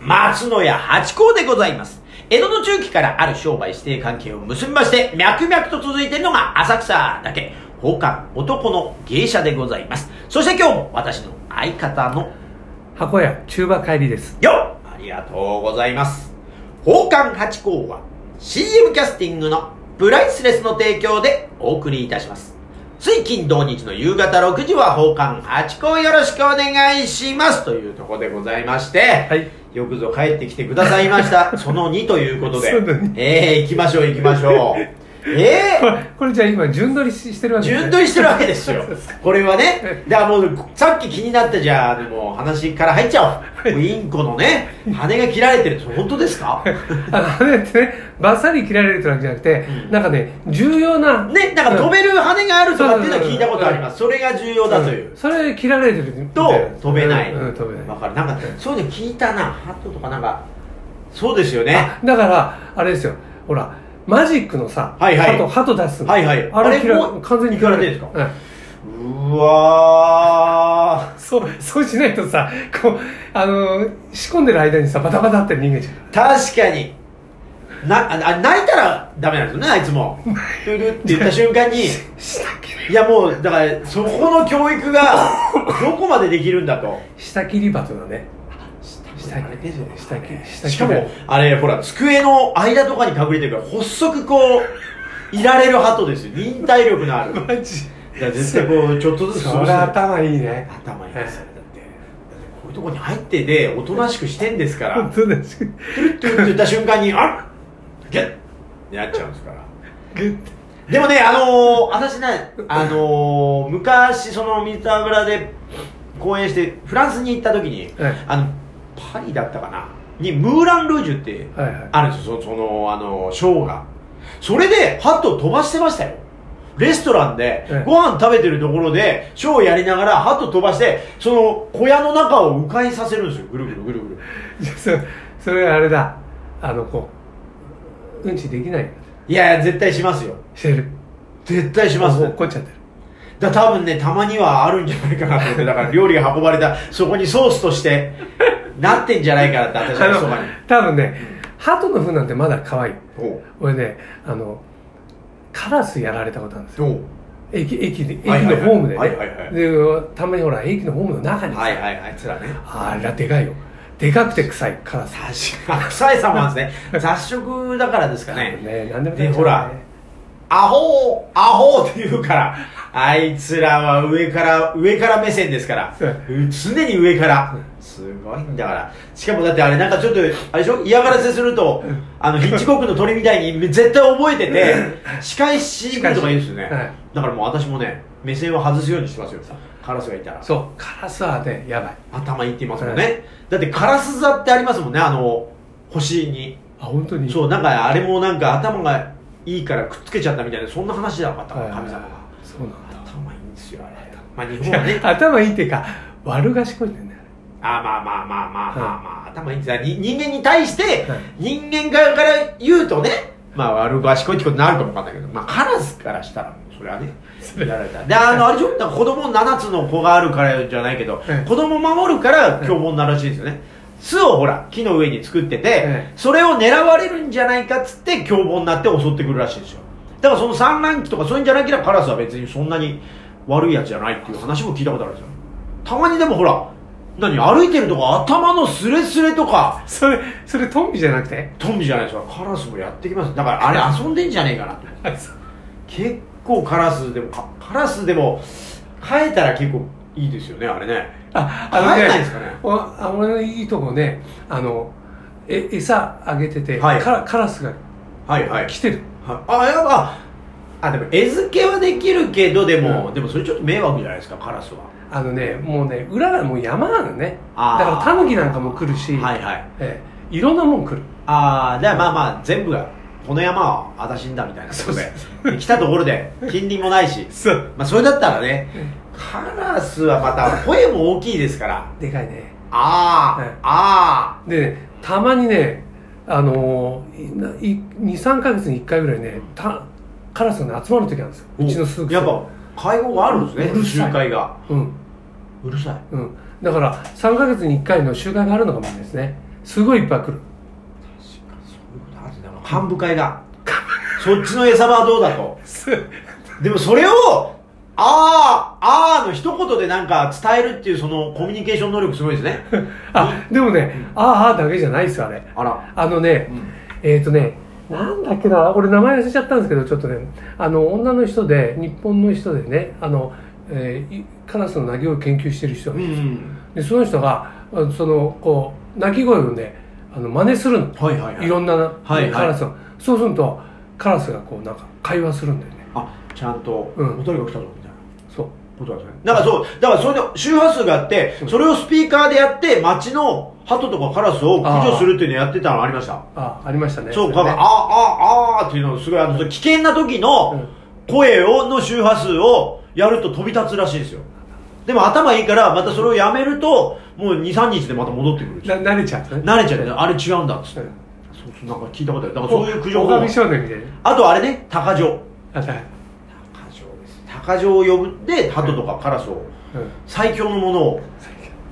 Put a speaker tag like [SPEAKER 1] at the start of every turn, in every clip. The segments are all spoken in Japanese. [SPEAKER 1] 松野屋八甲でございます。江戸の中期からある商売指定関係を結びまして、脈々と続いているのが浅草だけ、宝冠男の芸者でございます。そして今日も私の相方の
[SPEAKER 2] 箱屋中馬帰りです
[SPEAKER 1] よっありがとうございます。宝冠八甲は CM キャスティングのプライスレスの提供でお送りいたします。水金土日の夕方6時は宝冠八甲よろしくお願いしますというところでございまして、
[SPEAKER 2] はい
[SPEAKER 1] よくぞ帰ってきてくださいました。その2ということで
[SPEAKER 2] その二。
[SPEAKER 1] えー、行きましょう行きましょう。え
[SPEAKER 2] これこれじゃあ今順取りししてるわ
[SPEAKER 1] ー、
[SPEAKER 2] け
[SPEAKER 1] 順取りしてるわけですよ
[SPEAKER 2] そうそうそう。
[SPEAKER 1] これはね。だからもう、さっき気になったじゃあ、でも話から入っちゃおう。インコのね、羽が切られてる。本当です か
[SPEAKER 2] あの羽ってねバサリ切られるってわけじゃなくて、
[SPEAKER 1] うん
[SPEAKER 2] なんかね重要な
[SPEAKER 1] ね、なんか飛べる羽があるとかっていうのは聞いたことあります。それが重要だという
[SPEAKER 2] うん。それ切られてるみた
[SPEAKER 1] と
[SPEAKER 2] いな
[SPEAKER 1] 飛べない、
[SPEAKER 2] うんうん飛べない
[SPEAKER 1] わかるなんかそういうの聞いたなハトとかなんかそうですよね
[SPEAKER 2] あだからあれですよほらマジックのさ、
[SPEAKER 1] はいはい
[SPEAKER 2] 鳩鳩出すの
[SPEAKER 1] はいはい
[SPEAKER 2] あ
[SPEAKER 1] あれ
[SPEAKER 2] れ切ら
[SPEAKER 1] も
[SPEAKER 2] 完全に切られる
[SPEAKER 1] いくら
[SPEAKER 2] うん
[SPEAKER 1] うわ
[SPEAKER 2] そうそうしないとさこうあの仕込んでる間にさバタバタって逃げちゃう
[SPEAKER 1] ー確かになああ泣いたらダメなんですよねあいつ もトゥルって言った瞬間に
[SPEAKER 2] 下切り
[SPEAKER 1] いやもうだからそこの教育がどこまでできるんだと
[SPEAKER 2] 下切り鳩だね下
[SPEAKER 1] あれですよね
[SPEAKER 2] 下切り下切り
[SPEAKER 1] しかもあれほら机の間とかに隠れてるから細くこういられるハトですよ忍耐力のある
[SPEAKER 2] マジ
[SPEAKER 1] いや絶対こうちょっとずつ
[SPEAKER 2] それ頭いいね
[SPEAKER 1] 頭いいですよだってだってこういうとこに入ってでおとなしくしてんですか
[SPEAKER 2] 本
[SPEAKER 1] ら
[SPEAKER 2] 当だしグ
[SPEAKER 1] トゥルットゥルッって言った瞬間にあっギュッってなっちゃうんですから
[SPEAKER 2] ッ
[SPEAKER 1] でもねあのー、私ねあのー、昔その水田村で公演してフランスに行った時に、
[SPEAKER 2] はい
[SPEAKER 1] あのパリだったかなにムーラン・ルージュって
[SPEAKER 2] はいはい
[SPEAKER 1] あるんですよそそのあのショーがそれでハットを飛ばしてましたよレストランで
[SPEAKER 2] ええ
[SPEAKER 1] ご飯食べてるところでショーをやりながらハット飛ばしてその小屋の中を迂回させるんですよぐるぐるぐるぐる
[SPEAKER 2] じゃあそれそれあれだあのこううんちできない
[SPEAKER 1] いやいや絶対しますよ
[SPEAKER 2] してる
[SPEAKER 1] 絶対します
[SPEAKER 2] 怒っちゃってる
[SPEAKER 1] だ多分ねたまにはあるんじゃないかなと思ってだから料理が運ばれたそこにソースとしてなってんじゃないかなって私
[SPEAKER 2] あ
[SPEAKER 1] は
[SPEAKER 2] の
[SPEAKER 1] そばに
[SPEAKER 2] 多分ね鳩の糞なんてまだ可愛い
[SPEAKER 1] おう
[SPEAKER 2] 俺ねあのカラスやられたことあるんですよ
[SPEAKER 1] おう
[SPEAKER 2] 駅駅で駅
[SPEAKER 1] はいはいは
[SPEAKER 2] の
[SPEAKER 1] い
[SPEAKER 2] ホームでね
[SPEAKER 1] はいはいはい
[SPEAKER 2] でたまにほら駅のホームの中に
[SPEAKER 1] はいはいあいつらね
[SPEAKER 2] あれはでかいよでかくて臭いカラス
[SPEAKER 1] 確かに臭いさもなんですね雑食だからですかね
[SPEAKER 2] ね何でも食
[SPEAKER 1] で
[SPEAKER 2] べちゃうね
[SPEAKER 1] ほらアホーアホーって言うから、あいつらは上から、上から目線ですから
[SPEAKER 2] そう、
[SPEAKER 1] 常に上から、すごいんだから。しかもだってあれなんかちょっと、あれでしょ嫌がらせすると、あの、ヒッチコックの鳥みたいに絶対覚えてて、視界しとか言うんですよね
[SPEAKER 2] 仕返しはい。
[SPEAKER 1] だからもう私もね、目線を外すようにしてますよ。カラスがいたら。
[SPEAKER 2] そうカラスはねやばい
[SPEAKER 1] 頭いいって言いますもん
[SPEAKER 2] は
[SPEAKER 1] ね。だってカラス座ってありますもんね、あの、星に。
[SPEAKER 2] あ本当に
[SPEAKER 1] そう、なんかあれもなんか頭がいいからくっつけちゃったみたいな、そんな話じゃなかったか
[SPEAKER 2] はい
[SPEAKER 1] な、神様が。
[SPEAKER 2] そうなんだ
[SPEAKER 1] 頭いいんですよあれまあ日
[SPEAKER 2] い
[SPEAKER 1] 本は ね
[SPEAKER 2] や頭いいっていうか悪賢いんだよね
[SPEAKER 1] あまあまあまあまあまあ、
[SPEAKER 2] は
[SPEAKER 1] まあ、頭いいんですよに人間に対して
[SPEAKER 2] はい
[SPEAKER 1] 人間側から言うとねまあ悪賢いってことになるかもわかんないけどまあカラスからしたらそれはね
[SPEAKER 2] れ
[SPEAKER 1] やられたであのあれちょっと子供7つの子があるからじゃないけど、
[SPEAKER 2] ええ
[SPEAKER 1] 子供守るから凶暴になるらしいですよね、巣をほら木の上に作ってて、
[SPEAKER 2] ええ
[SPEAKER 1] それを狙われるんじゃないかっつって凶暴になって襲ってくるらしいですよだからその産卵期とかそういうんじゃなければカラスは別にそんなに悪いやつじゃないっていう話も聞いたことあるんですよたまにでもほら何歩いてるとか頭のスレスレとか
[SPEAKER 2] それそれトンビじゃなくて
[SPEAKER 1] トンビじゃないですかカラスもやってきますだからあれ遊んでんじゃねえかなと
[SPEAKER 2] あそう
[SPEAKER 1] 結構カラスでもかカラスでも飼えたら結構いいですよねあれね
[SPEAKER 2] あ
[SPEAKER 1] 帰んないですかね
[SPEAKER 2] おあ俺のいいとこねあのえ餌あげてて、
[SPEAKER 1] はい
[SPEAKER 2] カラカラスが
[SPEAKER 1] はいはい
[SPEAKER 2] 来てる
[SPEAKER 1] はい、あやばあでも餌付けはできるけどでも、でもそれちょっと迷惑じゃないですかカラスは
[SPEAKER 2] あのねもうね裏がもう山なのねだ
[SPEAKER 1] あー
[SPEAKER 2] からタヌキなんかも来るし、
[SPEAKER 1] はいはい
[SPEAKER 2] ええいろんなもん来る
[SPEAKER 1] ああじゃあまあまあ全部がこの山は私んだみたいなことでで来たところで近隣もないし
[SPEAKER 2] そう
[SPEAKER 1] まあそれだったらねカラスはまた声も大きいですから
[SPEAKER 2] でかいね
[SPEAKER 1] あー、
[SPEAKER 2] はい
[SPEAKER 1] あ
[SPEAKER 2] でねたまにねあの23か月に1回ぐらいねたカラスが、ね、集まる時あるんですよ
[SPEAKER 1] ー
[SPEAKER 2] うちのすぐ
[SPEAKER 1] やっぱ会合があるんです
[SPEAKER 2] う
[SPEAKER 1] ね
[SPEAKER 2] るさい
[SPEAKER 1] 集会が
[SPEAKER 2] うん
[SPEAKER 1] うるさい
[SPEAKER 2] うん、だから3ヶ月に1回の集会があるのかもしれないですねすごいいっぱい来る
[SPEAKER 1] そういうことあるんだな幹部会がそっちの餌場はどうだと
[SPEAKER 2] す
[SPEAKER 1] でもそれをああああの一言でなんか伝えるっていうそのコミュニケーション能力すごいですね
[SPEAKER 2] あでもね、あーあーだけじゃないですよあれ
[SPEAKER 1] あら、
[SPEAKER 2] あのねえっ、ー、とねなんだっけな俺名前忘れちゃったんですけどちょっとねあの女の人で日本の人でねあの、えーいカラスの鳴き声を研究してる人
[SPEAKER 1] うんうん
[SPEAKER 2] でその人があそのこう鳴き声をねあの真似するの
[SPEAKER 1] はいはいはい
[SPEAKER 2] いろんな、
[SPEAKER 1] はい
[SPEAKER 2] カラスのそうするとカラスがこうなんか会話するんだよね
[SPEAKER 1] あちゃんとお
[SPEAKER 2] うん
[SPEAKER 1] とりが来たぞみたいな
[SPEAKER 2] そう
[SPEAKER 1] ことなんですねだからそうだからそれで周波数があって
[SPEAKER 2] うん
[SPEAKER 1] それをスピーカーでやって街の鳩とかカラスを駆除するっていうのやってたのありました
[SPEAKER 2] あありましたね
[SPEAKER 1] そう
[SPEAKER 2] れ
[SPEAKER 1] か、
[SPEAKER 2] ね
[SPEAKER 1] ああああっていうのをすごいあの危険な時の声をの周波数をやると飛び立つらしいですよでも頭いいからまたそれをやめるともう23日でまた戻ってくる
[SPEAKER 2] な慣れちゃうとね
[SPEAKER 1] 慣れちゃうねあれ違うんだっつって
[SPEAKER 2] うん
[SPEAKER 1] そうそうなんか聞いたことあるだからそういう苦情
[SPEAKER 2] お
[SPEAKER 1] 法
[SPEAKER 2] 狼少年みたいな
[SPEAKER 1] あとあれね鷹城
[SPEAKER 2] あだ、
[SPEAKER 1] 鷹城です鷹城を呼ぶで鳩とかカラスを
[SPEAKER 2] うん、
[SPEAKER 1] 最強のものを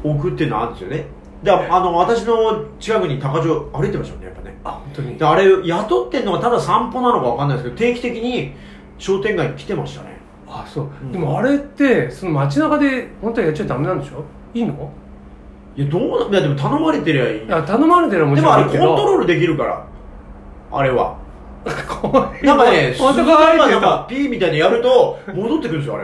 [SPEAKER 1] 送っていうのはあるんですよねであの私の近くに鷹城歩いてましたねやっぱね
[SPEAKER 2] あ本当に
[SPEAKER 1] であれ雇ってんのがただ散歩なのかわかんないですけど定期的に商店街に来てましたね
[SPEAKER 2] あそう、
[SPEAKER 1] ん
[SPEAKER 2] でもあれってその街中で本当はやっちゃダメなんでしょいいの
[SPEAKER 1] いやどうないやでも頼まれてりゃいい
[SPEAKER 2] あ頼まれてるのはも
[SPEAKER 1] で
[SPEAKER 2] ち
[SPEAKER 1] も
[SPEAKER 2] ろ
[SPEAKER 1] あ
[SPEAKER 2] んい
[SPEAKER 1] れコ
[SPEAKER 2] いけ
[SPEAKER 1] ン
[SPEAKER 2] ど
[SPEAKER 1] トロールできるからあれは
[SPEAKER 2] 怖い
[SPEAKER 1] なんかね鈴
[SPEAKER 2] 本
[SPEAKER 1] 鹿
[SPEAKER 2] 当
[SPEAKER 1] が
[SPEAKER 2] 怖い
[SPEAKER 1] な
[SPEAKER 2] け
[SPEAKER 1] ん
[SPEAKER 2] ど
[SPEAKER 1] かピーみたいにやると戻ってくるんですよ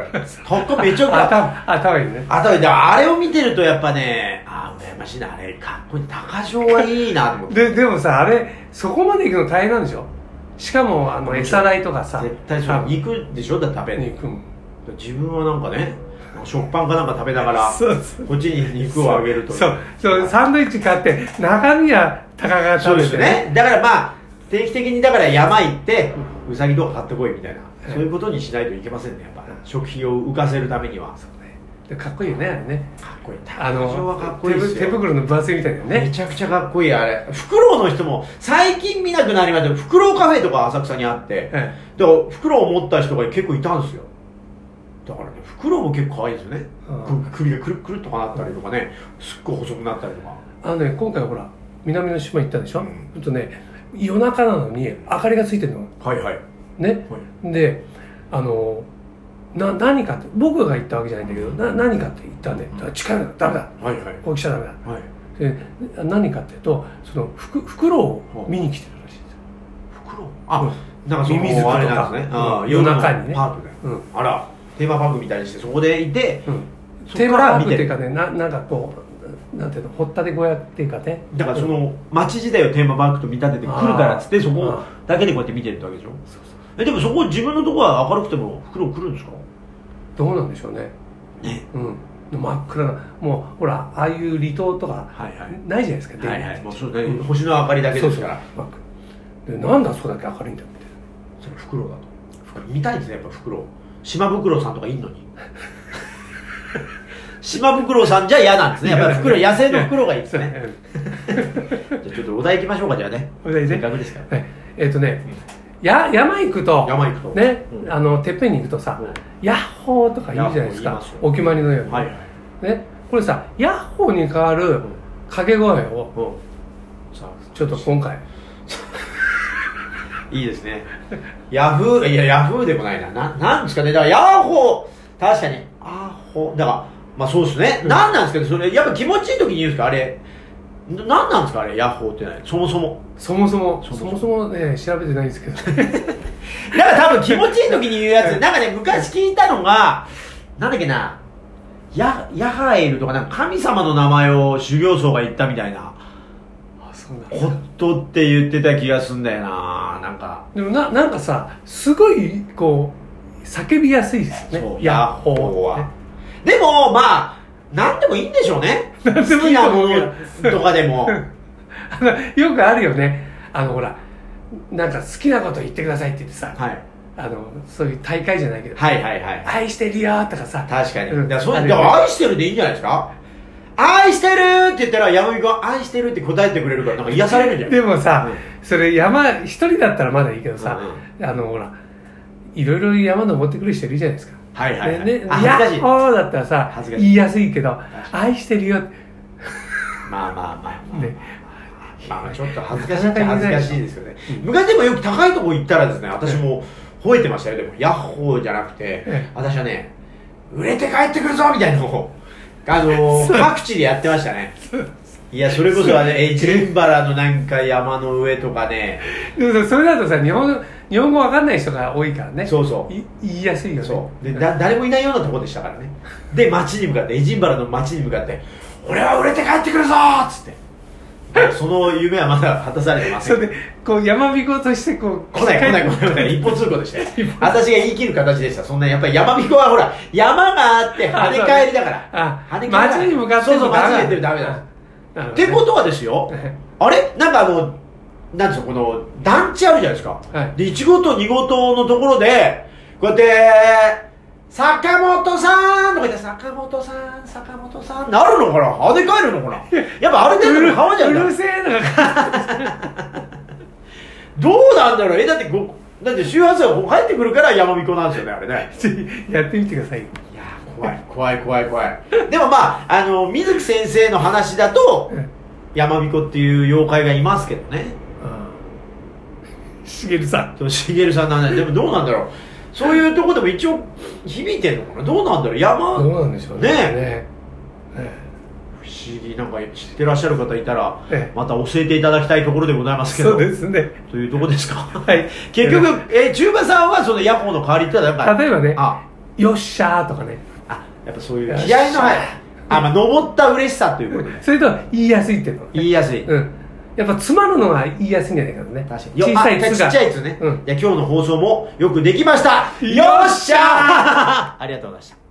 [SPEAKER 1] あ れ高めちゃくちゃ
[SPEAKER 2] あ頭いいね
[SPEAKER 1] あとであれを見てるとやっぱねああ羨ましいなあれかっこいい高城はいいなと思って
[SPEAKER 2] ででもさあれそこまで行くの大変なんでしょしかもあの餌代とか さ
[SPEAKER 1] 絶対そう肉でしょだって食べ
[SPEAKER 2] あ
[SPEAKER 1] る
[SPEAKER 2] 肉も
[SPEAKER 1] 自分はなんかね食パンかなんか食べながら
[SPEAKER 2] そうそう
[SPEAKER 1] こっちに肉をあげると
[SPEAKER 2] そうそうサンドイッチ買って中身は高が
[SPEAKER 1] そう
[SPEAKER 2] 食べ
[SPEAKER 1] で
[SPEAKER 2] て
[SPEAKER 1] すねだからまあ定期的にだから山行ってうさぎとか買ってこいみたいな、
[SPEAKER 2] い
[SPEAKER 1] そういうことにしないといけませんねやっぱ食費を浮かせるためにはかっ
[SPEAKER 2] でかっこいいよねあれね
[SPEAKER 1] こいい
[SPEAKER 2] あ
[SPEAKER 1] 多少はか
[SPEAKER 2] の
[SPEAKER 1] っこい
[SPEAKER 2] 手
[SPEAKER 1] いで
[SPEAKER 2] ぶ
[SPEAKER 1] す
[SPEAKER 2] 手
[SPEAKER 1] よ
[SPEAKER 2] 袋の分厚いみたいだよ
[SPEAKER 1] め
[SPEAKER 2] ね
[SPEAKER 1] ちゃくちゃかっこいいあれフクロウの人も最近見なくなりましたよフクロウカフェとか浅草にあって、
[SPEAKER 2] ええ
[SPEAKER 1] だからフクロウを持った人が結構いたんですよだからねフクロウも結構可愛いですよね、
[SPEAKER 2] うん
[SPEAKER 1] く首がくるっくるっとかなったりとかねすっごい細くなったりとか
[SPEAKER 2] あのね今回ほら南の島行ったでしょ、
[SPEAKER 1] う
[SPEAKER 2] うんほんとね夜中なのに明かりがついてるの
[SPEAKER 1] はいはい
[SPEAKER 2] ねであのな何かって僕が言ったわけじゃないんだけどな何かって言ったんで、だから近いのダメだ
[SPEAKER 1] はいはい
[SPEAKER 2] こう来ちゃダメだ
[SPEAKER 1] はい
[SPEAKER 2] で何かっていうとそのフクフクロウを見に来てるらしいんですよ、
[SPEAKER 1] フクロウあなんかそ
[SPEAKER 2] ミミズと
[SPEAKER 1] の
[SPEAKER 2] か
[SPEAKER 1] あれなんですね
[SPEAKER 2] うん
[SPEAKER 1] うん
[SPEAKER 2] 夜中にね
[SPEAKER 1] パークで
[SPEAKER 2] うん
[SPEAKER 1] あらテーマパークみたいにしてそこでいて
[SPEAKER 2] うん
[SPEAKER 1] そっから
[SPEAKER 2] テーマパーク
[SPEAKER 1] 見
[SPEAKER 2] ってていうかねななんかこうなんていうの掘ったて小屋っていうかね
[SPEAKER 1] だからその街自体をテーマパークと見立てて来るからっつってそこ
[SPEAKER 2] あ
[SPEAKER 1] だけでこうやって見てるってわけでしょえでもそこ自分のとこは明るくてもフクロウ来るんですか
[SPEAKER 2] どうなんでしょうね
[SPEAKER 1] ね
[SPEAKER 2] うん真っ暗なもうほらああいう離島とか
[SPEAKER 1] はいはい
[SPEAKER 2] ないじゃないですか、
[SPEAKER 1] はいはいもうそうね
[SPEAKER 2] うん
[SPEAKER 1] 星の明かりだけ
[SPEAKER 2] そ
[SPEAKER 1] で
[SPEAKER 2] う
[SPEAKER 1] す
[SPEAKER 2] そう
[SPEAKER 1] から
[SPEAKER 2] 真っ暗でなんだそこだけ明るいんだよ みた
[SPEAKER 1] そ
[SPEAKER 2] いな
[SPEAKER 1] れフクロウだと見たいですねやっぱフクロウ島袋さんとかいんの に島袋さんじゃ嫌なんですねやっぱりフクロウ野生のフクロウがいいですねじゃあちょっとお題行きましょうかじゃあね
[SPEAKER 2] お題ね
[SPEAKER 1] せっかくですから
[SPEAKER 2] はいえっ、とね、や山行くと
[SPEAKER 1] 山行くと
[SPEAKER 2] ね、
[SPEAKER 1] うん
[SPEAKER 2] あのてっぺんに行くとさ、
[SPEAKER 1] うん
[SPEAKER 2] ヤッホーとか言うじゃないです
[SPEAKER 1] ヤッ
[SPEAKER 2] か
[SPEAKER 1] ホー言いますよ
[SPEAKER 2] お決まりのように、
[SPEAKER 1] はいはい
[SPEAKER 2] ね、これさヤッホーに代わる掛け声を
[SPEAKER 1] うんさあ
[SPEAKER 2] ちょっと今回
[SPEAKER 1] いいですねヤフーいやヤフーでもないなななんですかねだからヤーホー確かにアーホーだからまあそうですね、
[SPEAKER 2] うん
[SPEAKER 1] なん、何なんですかねそれやっぱ気持ちいい時に言うんですかあれな何なんですかあれヤーホーってないそもそも
[SPEAKER 2] そもそも
[SPEAKER 1] そも
[SPEAKER 2] そ
[SPEAKER 1] そも
[SPEAKER 2] もそもね調べてないんですけ ど
[SPEAKER 1] なんか多分気持ちいい時に言うやつなんかね昔聞いたのがなんだっけなヤヤハエルとかなんか神様の名前を修行僧が言ったみたいな
[SPEAKER 2] あそうなんだ
[SPEAKER 1] ことって言ってた気がすんだよななんか
[SPEAKER 2] でもななんかさすごいこう叫びやす いです
[SPEAKER 1] そ
[SPEAKER 2] よ
[SPEAKER 1] う
[SPEAKER 2] ねヤッホー
[SPEAKER 1] ヤッホー
[SPEAKER 2] は、
[SPEAKER 1] はでもまあ何でもいいんでしょうね好
[SPEAKER 2] 何でもい
[SPEAKER 1] き
[SPEAKER 2] いと
[SPEAKER 1] な
[SPEAKER 2] 思
[SPEAKER 1] も
[SPEAKER 2] う
[SPEAKER 1] のとかで も
[SPEAKER 2] あのよくあるよねあのほらなんか好きなこと言ってくださいって言ってさ、
[SPEAKER 1] はい
[SPEAKER 2] あのそういう大会じゃないけど「
[SPEAKER 1] はいはいはい
[SPEAKER 2] 愛してるよ」とかさ
[SPEAKER 1] 確かに、
[SPEAKER 2] うん
[SPEAKER 1] だからそう
[SPEAKER 2] あ
[SPEAKER 1] だ
[SPEAKER 2] る
[SPEAKER 1] か
[SPEAKER 2] よね
[SPEAKER 1] ら愛してるでいいんじゃないですか愛してるって言ったら山見君は愛してるって答えてくれるからなんか癒されるじゃん
[SPEAKER 2] でもさ、
[SPEAKER 1] う
[SPEAKER 2] それ山一人だったらまだいいけどさ、
[SPEAKER 1] う
[SPEAKER 2] あのほらいろいろ山登ってくる人いるじゃないですか。
[SPEAKER 1] はいはい、はい
[SPEAKER 2] ねね
[SPEAKER 1] あ恥ずかしい
[SPEAKER 2] やっほーだったらさ
[SPEAKER 1] 恥ずかしい
[SPEAKER 2] 言いやすいけど
[SPEAKER 1] か
[SPEAKER 2] 「愛してるよ」
[SPEAKER 1] まあまあまあ、
[SPEAKER 2] ね
[SPEAKER 1] まあ、ち
[SPEAKER 2] ょ
[SPEAKER 1] ょっと恥ずかしい
[SPEAKER 2] な
[SPEAKER 1] っち
[SPEAKER 2] か
[SPEAKER 1] ゃ
[SPEAKER 2] な
[SPEAKER 1] 恥ず
[SPEAKER 2] か言えない
[SPEAKER 1] か
[SPEAKER 2] でしょ
[SPEAKER 1] しいですよね
[SPEAKER 2] うん
[SPEAKER 1] 昔でもよく高いとこ行ったらですね私も吠えてましたよでもヤッホーじゃなくて
[SPEAKER 2] え
[SPEAKER 1] 私はね売れて帰ってくるぞみたいなのをあ のー
[SPEAKER 2] そう
[SPEAKER 1] 各地でやってましたねいやそれこそあれエジンバラのなんか山の上とかね
[SPEAKER 2] でもそれだとさ日本日本語わかんない人が多いからね
[SPEAKER 1] そうそう
[SPEAKER 2] い言いやすいよね
[SPEAKER 1] そうでだ誰もいないようなところでしたからねで町に向かってエジンバラの町に向かって「俺は売れて帰ってくるぞ!」っつってでその夢はまだ果たされてませ
[SPEAKER 2] そ
[SPEAKER 1] ん
[SPEAKER 2] れでこう山彦としてこう
[SPEAKER 1] 来ない来ない来
[SPEAKER 2] 帰
[SPEAKER 1] な
[SPEAKER 2] っ
[SPEAKER 1] い来ない一方通行でしたよ私が言い切る形でしたそんなやっぱり山彦はほら山があって跳ね返りだから
[SPEAKER 2] あ
[SPEAKER 1] 跳ね返りだ
[SPEAKER 2] 街に向かって
[SPEAKER 1] そうそう
[SPEAKER 2] もダ
[SPEAKER 1] 街
[SPEAKER 2] メ
[SPEAKER 1] に
[SPEAKER 2] だ
[SPEAKER 1] 出てるダメだ
[SPEAKER 2] なる
[SPEAKER 1] っ
[SPEAKER 2] ほどね
[SPEAKER 1] てことはですよ
[SPEAKER 2] はい
[SPEAKER 1] あれなんかあのなんつうのこの団地あるじゃないですか、
[SPEAKER 2] はい
[SPEAKER 1] で1号棟2号棟のところでこうやって坂本さんとか言って坂本さん坂本さんなるのかな跳ね返るのかなやっぱあれ程度の川じゃ
[SPEAKER 2] う
[SPEAKER 1] ない
[SPEAKER 2] るせえのが
[SPEAKER 1] どうなんだろうえだってごだって周波数がこう入ってくるから山彦なんですよねあれね
[SPEAKER 2] やってみてくださいよ
[SPEAKER 1] いやー怖い怖い怖い怖いでもまああの水木先生の話だと
[SPEAKER 2] うん
[SPEAKER 1] 山彦っていう妖怪がいますけどね
[SPEAKER 2] ああしげるさん
[SPEAKER 1] そのしげるさんの話でもどうなんだろうそういうとこでも一応響いてんのかなどうなんだろう山
[SPEAKER 2] ど
[SPEAKER 1] 不思
[SPEAKER 2] うなんでしょうね
[SPEAKER 1] ね
[SPEAKER 2] ねえ
[SPEAKER 1] 議なんか知ってらっしゃる方いたら
[SPEAKER 2] ええ
[SPEAKER 1] また教えていただきたいところでございますけ
[SPEAKER 2] そ
[SPEAKER 1] ど
[SPEAKER 2] うですね
[SPEAKER 1] というとこですかはい結局、えー、中馬さんはそのヤッホーの代わりってのはやっぱ
[SPEAKER 2] 例えばね
[SPEAKER 1] あ
[SPEAKER 2] 「よっしゃー」とかね
[SPEAKER 1] あやっぱそういう気合いのはいあまあ登った嬉しさということで
[SPEAKER 2] それとは言いやすいっていうの
[SPEAKER 1] 言いやすい
[SPEAKER 2] うんやっぱ詰まるのが言いやすいんじゃないかなね
[SPEAKER 1] 確かに
[SPEAKER 2] 小さい「つ」
[SPEAKER 1] あちっ
[SPEAKER 2] が
[SPEAKER 1] ちゃいやつね、
[SPEAKER 2] うん
[SPEAKER 1] いや今日の放送もよくできましたよっしゃー ありがとうございました